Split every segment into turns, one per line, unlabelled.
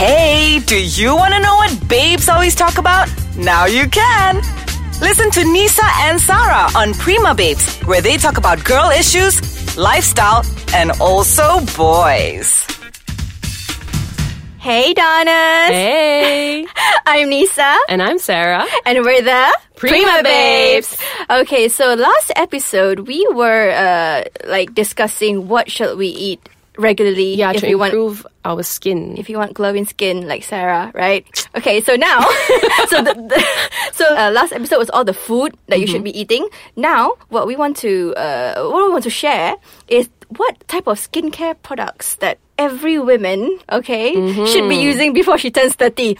Hey, do you want to know what babes always talk about? Now you can. Listen to Nisa and Sarah on Prima Babes, where they talk about girl issues, lifestyle, and also boys.
Hey, Donna.
Hey,
I'm Nisa,
and I'm Sarah.
and we're the
Prima Babes.
Okay, so last episode we were uh, like discussing what should we eat regularly
Yeah,
if
to
we want
improve our skin.
if you want glowing skin like Sarah, right? Okay, so now, so the, the, so uh, last episode was all the food that you should be
Mm-hmm.
eating. Now, what we want to uh, what we want to share is what type of skincare products that every woman, okay, should be
Mm-hmm.
using before she turns thirty.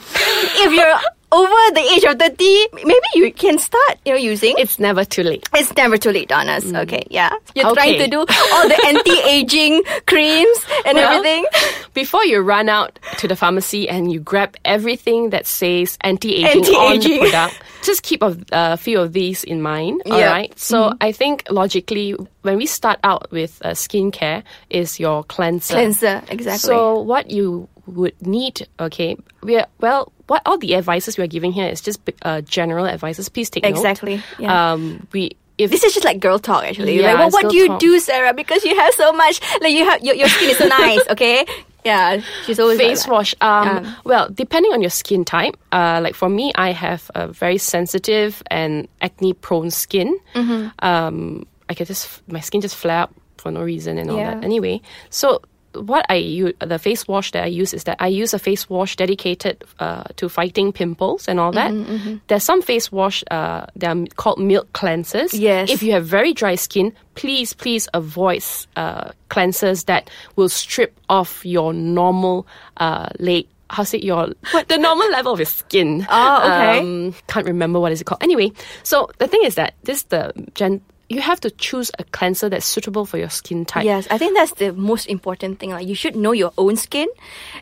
if you're over the age of thirty, maybe you can start you know using.
it's never too late.
It's never too late, Donas. Okay, yeah. You're trying to
Mm. Okay.
do all the anti-aging creams and
Well,
everything.
Before you run out to the pharmacy and you grab everything that says anti-aging, on the
Anti-aging.
product, just keep a uh, few of these in mind. All
Yeah. Mm-hmm.
right. So I think logically, when we start out with uh, skincare, is your cleanser.
Cleanser, exactly.
So what you would need, okay, we are, well, what all the advices we are giving here is just uh, general advices. Please take note.
Exactly, yeah.
Um, we if
This is just like girl talk, actually.
Yeah,
like, well,
it's
what
girl
do you
talk.
do, Sarah? Because you have so much. Like, you have your, your skin is so nice. Okay, yeah. She's always like
face
that.
wash. Um,
Yeah.
Well, depending on your skin type, uh, like for me, I have a very sensitive and acne prone skin.
Mm-hmm.
Um, I can just my skin just flare up for no reason and all
Yeah.
that. Anyway, so what I use the face wash that I use is that I use a face wash dedicated uh, to fighting pimples and all that.
Mm-hmm,
There's some face wash uh, that are called milk cleansers.
Yes.
If you have very dry skin, please, please avoid uh, cleansers that will strip off your normal uh, late. How's it your the normal level of your skin?
Oh, okay.
Um, can't remember what is it called. Anyway, so the thing is that this the gen. You have to choose a cleanser that's suitable for your skin type.
Yes, I think that's the most important thing. Like, you should know your own skin,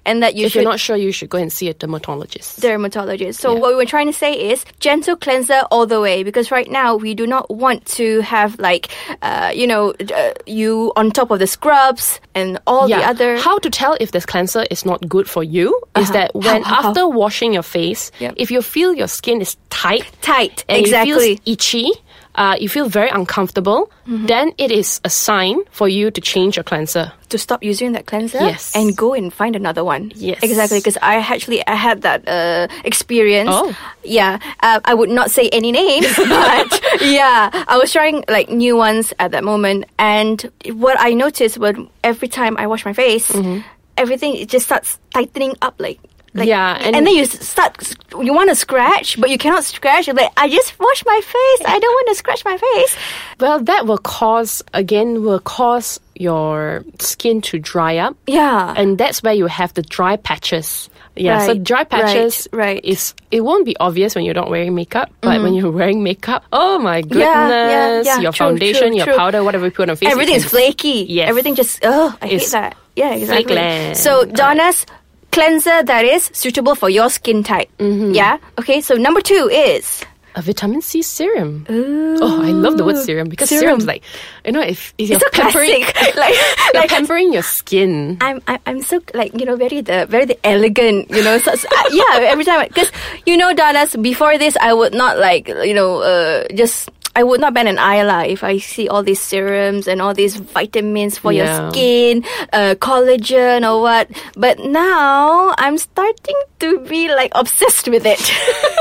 and that you
If
should
you're not sure, you should go and see a dermatologist.
dermatologist. So what we were trying to say is gentle cleanser all the way because right now we do not want to have like uh, you know uh, you on top of the scrubs and all the other Uh-huh.
How to tell if this cleanser is not good for you is that when
How, how, how?
after washing your face,
Yep.
if you feel your skin is tight,
Tight,
and
exactly. Mm-hmm.
you feel itchy, uh, you feel very uncomfortable, then it is a sign for you to change your cleanser.
to stop using that cleanser
Yes.
and go and find another one.
Yes.
exactly. Because I actually I had that uh, experience.
Oh.
yeah. Uh, I would not say any names, but yeah, I was trying like new ones at that moment, and what I noticed was every time I wash my face,
Mm-hmm.
everything it just starts tightening up, like. Like,
Yeah,
and,
and-
then you s- start. You want to scratch, but you cannot scratch. You're like, I just wash my face. I don't want to scratch my face.
Well, that will cause again will cause your skin to dry up.
Yeah.
and that's where you have the dry patches. Yeah, so
Right,
dry patches
right, right.
is it won't be obvious when you're not wearing makeup, but when you're wearing makeup, oh my goodness,
yeah,
your
true,
foundation,
true,
your
true.
powder, whatever you put on your face,
Everything is flaky.
Yes.
Everything just oh, I hate
It's
that. Yeah, exactly.
flakeland.
So Donna's cleanser that is suitable for your skin type.
Mm-hmm.
Yeah. Okay. So number two is
a vitamin C serum. Oh, I love the word serum because
Serum.
serum's like you know if, if you're
so
pampering,
classic. like
you're
like.
pampering your skin.
I'm, I'm I'm so like you know very the very the elegant you know so, so, uh, yeah every time because you know Donna's before this I would not like you know uh, just I would not bend an eye lah if I see all these serums and all these vitamins for your
Yeah.
skin uh, collagen or what but now I'm starting to be like obsessed with it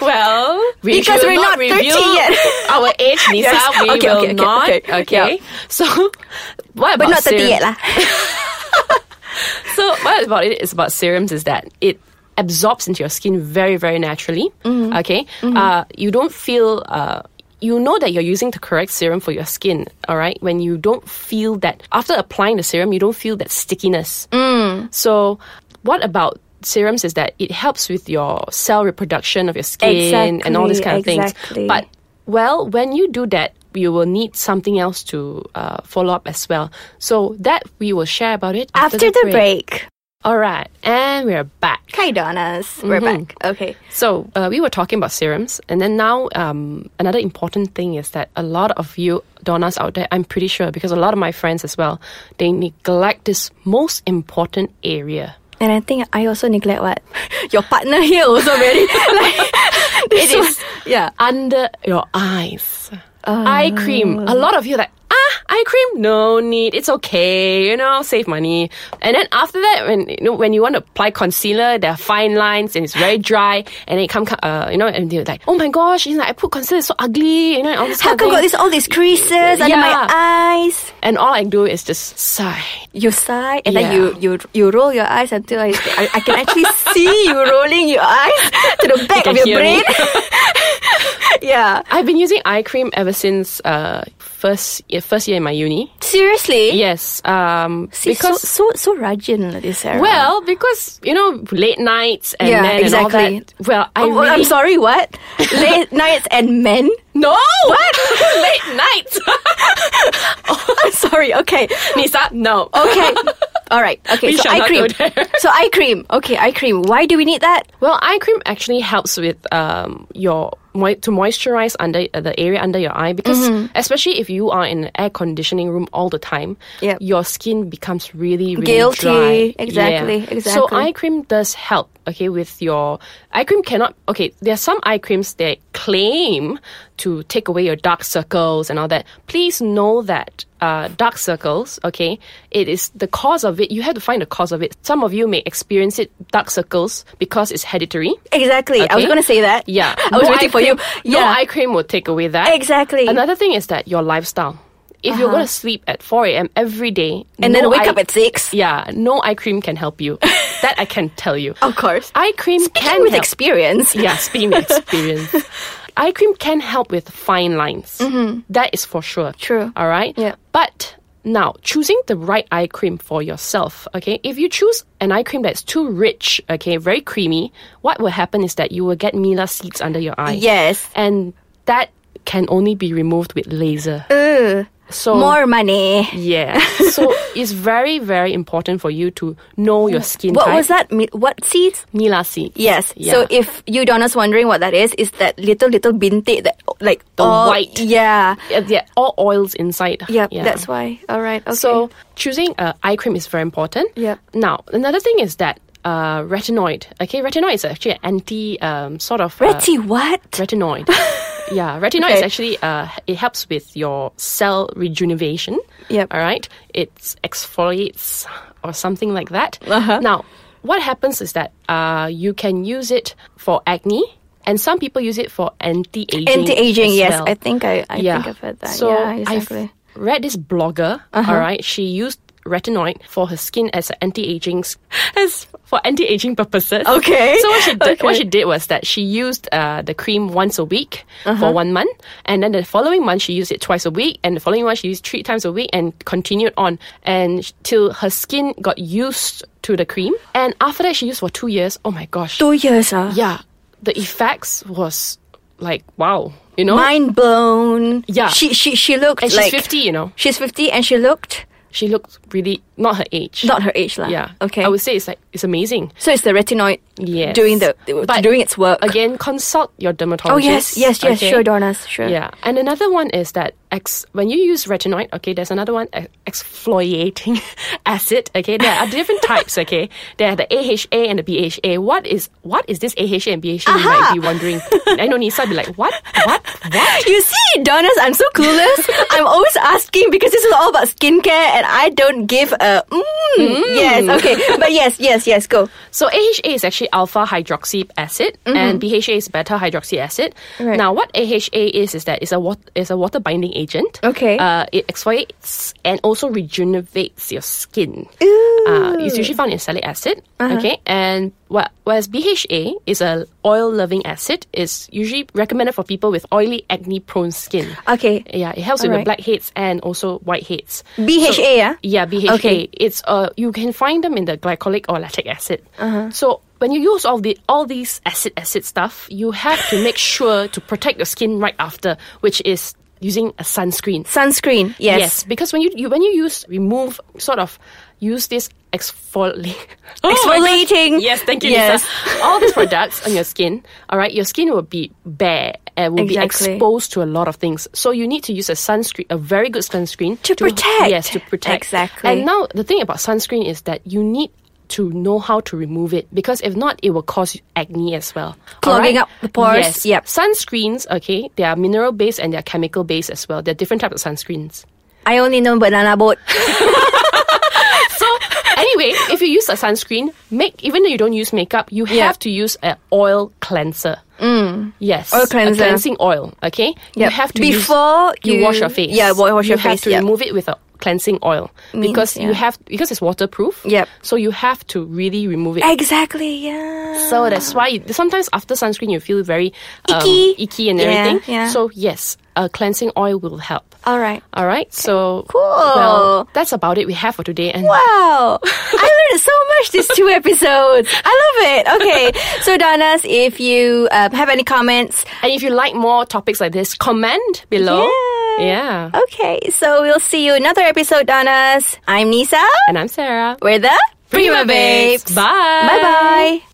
Well, we
Because
will
we're not 30
reveal
yet.
our age, Nisa.
Yes.
We
Okay,
will
okay, okay,
not.
okay, yeah.
So, what about
but not 30
serum?
yet lah
So what about it is about serums is that it absorbs into your skin very very naturally.
Mm-hmm.
Okay, Uh, you don't feel. Uh, you know that you're using the correct serum for your skin, all right? When you don't feel that after applying the serum, you don't feel that stickiness.
Mm.
So, what about serums is that it helps with your cell reproduction of your skin and all these kind of
Exactly, exactly.
things. But well, when you do that, you will need something else to uh, follow up as well. So that we will share about it after,
after the break
all right, and we're back.
hi Donna's we're
Mm-hmm.
back okay
So uh, we were talking about serums, and then now um, another important thing is that a lot of you donnas out there, I'm pretty sure, because a lot of my friends as well, they neglect this most important area.
And I think I also neglect what your partner here also really like this
It
one-
is.
yeah. Oh.
under your eyes. eye cream. A lot of you are like, ah, eye cream, no need. It's okay, you know, save money. And then after that, when you know, when you want to apply concealer, there are fine lines and it's very dry. And it come, come- uh, you know, and they're like, oh my gosh, you know, I put concealer, it's so ugly, you know, and all this
How
kind
come
of
got
thing.
this all these creases under my
Yeah.
eyes?
And all I do is just sigh.
You sigh and then
Yeah.
you you you roll your eyes until I I, I can actually see you rolling your eyes to the back
You
of
can
your
hear
brain.
me.
yeah.
I've been using eye cream ever since uh, first yeah, first year in my uni.
Seriously.
Yes, um,
See,
because
so so so Rajan like this era.
well, because you know late nights and
Yeah,
men
exactly.
and all that. Well, I
Oh,
really
I'm sorry, what? Late nights and men?
No! What? Late nights.
Oh, I'm sorry, okay.
Nisa, no.
Okay. All right. Okay.
We
so
shall
eye
not
cream.
go there.
So eye cream. Okay, eye cream. Why do we need that?
Well, eye cream actually helps with um, your moi- to moisturize under uh, the area under your eye because
Mm-hmm.
especially if you are in an air conditioning room all the time,
Yep.
your skin becomes really really
Guilty.
dry.
Exactly,
So
exactly.
eye cream does help. Okay, with your eye cream cannot. Okay, there are some eye creams that claim to take away your dark circles and all that. Please know that uh, dark circles. Okay, it is the cause of it. You have to find the cause of it. Some of you may experience it dark circles because it's hereditary.
Exactly. I was
Okay.
going to say that.
Yeah.
I was
No
waiting
eye
for you.
cream-
Yeah.
No eye cream will take away that.
Exactly. Uh-huh.
Another thing is that your lifestyle. If you're going to sleep at 4 a.m. every day
and then
no
wake
eye-
up at six.
Yeah, no eye cream can help you. that I can tell you.
Of course.
Eye cream
Speaking
can
with
help.
experience.
yeah, speaking with experience. Eye cream can help with fine lines. That is for sure.
Mm-hmm. True.
All right?
Yeah.
But now, choosing the right eye cream for yourself, okay? If you choose an eye cream that's too rich, okay, very creamy, what will happen is that you will get Mila seeds under your eye.
Yes.
And that can only be removed with laser. so
Uh, More money.
yeah. so it's very, very important for you to know your skin
What
type.
was that? Mi- What seeds?
Nila seed.
Yes.
Yeah.
So if you don't know wondering what that is, is that little little bintik that like
The
all-
white.
Yeah.
Yeah, yeah, all oils inside.
Yep.
Yeah.
That's why. All right. Okay.
So choosing uh, eye cream is very important.
Yep.
Now another thing is that uh, retinoid. Okay, retinoid is actually an anti um, sort of uh,
Retty, what?
retinoid. yeah, retinoid
Okay.
is actually uh, it helps with your cell rejuvenation.
Yep.
All right, it exfoliates or something like that. Uh-huh. Now, what happens is that uh, you can use it for acne, and some people use it for anti-aging.
Anti-aging.
as
Yes.
well.
I think I. I
yeah.
think I've heard that.
So
yeah.
I've
Exactly. Uh-huh.
read this blogger. all right, she used retinoid for her skin as an anti-aging s- as for anti-aging purposes.
Okay.
So what she did,
Okay.
what she did was that she used uh, the cream once a week
Uh-huh.
for one month, and then the following month she used it twice a week, and the following month she used three times a week, and continued on, and sh- till her skin got used to the cream. And after that, she used for two years. Oh my gosh.
Two years. Ah.
yeah, the effects was like wow. You know,
mind blown.
Yeah.
she she she looked
and she's
like
fifty. You know.
She's fifty, and she looked
she looked really not her age.
not her age, lah.
yeah.
Okay.
I would say it's like it's amazing.
so it's the retinoid
Yes.
doing the
But
doing its work
Again, consult your
Oh
dermatologist.
yes, yes, yes.
okay?
Sure, Dornas. Sure.
Yeah. And another one is that ex- when you use retinoid, okay, there's another one, ex- exfoliating acid, okay? There are different types, okay? There are the AHA and the BHA. What is what is this AHA and BHA? You might be wondering. I know Nisa be like, "What? What? What?"
You see, Dornas, I'm so clueless. I'm always asking because this is all about skincare, and I don't give a. Mm, Yes. Okay. But yes, yes, yes. Go.
So AHA is actually alpha hydroxy acid, and BHA is beta hydroxy acid.
Mm-hmm. Right.
Now, what AHA is is that it's a wat- it's a water binding agent.
Okay.
Uh, it exfoliates and also rejuvenates your skin. Uh, it's usually found in salicylic acid.
Uh-huh.
Okay, and wha- whereas BHA is a oil loving acid, it's usually recommended for people with oily acne prone skin.
Okay.
Yeah, it helps with
Alright.
the blackheads and also whiteheads.
BHA, ah?
Yeah, BHA.
Okay.
It's uh, you can find them in the glycolic or lactic acid. So when you use all the all these acid acid stuff, you have to make sure to protect your skin right after, which is using a sunscreen.
Sunscreen. Yes.
because when you, you when you use remove sort of use this exfoliate
Exfoliating.
Oh, Yes, thank you,
Yes.
Lisa. All these products on your skin, all right, your skin will be bare and will
Exactly.
be exposed to a lot of things. So you need to use a sunscreen, a very good sunscreen
To protect.
Yes, to protect.
Exactly.
And now the thing about sunscreen is that you need to know how to remove it because if not, it will cause you acne as well.
Clogging up the pores,
Yes.
yep.
Sunscreens, okay, they are mineral based and they are chemical based as well. They're different types of sunscreens.
I only know banana boat.
So anyway, if you use a sunscreen, make even though you don't use makeup, you
Yeah. Mm.
have to use an oil cleanser. Yes,
Oil
a
cleanser.
cleansing oil. Okay, you
Yep.
have to
Before
use, you,
you-
wash your face.
yeah, wa- wash
you
your
have
face,
to
yep.
remove it with a cleansing oil
Means,
because you
yeah.
have because it's waterproof.
Yep.
So you have to really remove it.
Exactly, yeah.
So that's why you- sometimes after sunscreen you feel very um,
Icky.
icky and
Yeah,
everything.
yeah.
So yes, a cleansing oil will help.
All right.
All right. So
Cool.
Well, that's about it we have for today. And
Wow. I learned so much these two episodes. I love it. Okay. So, Danas, if you um, have any comments,
and if you like more topics like this, comment below.
Yeah.
Yeah.
okay. So, we'll see you another episode, Danas. I'm Nisa.
And I'm Sarah.
We're the Prima Babes.
Bye.
Bye bye.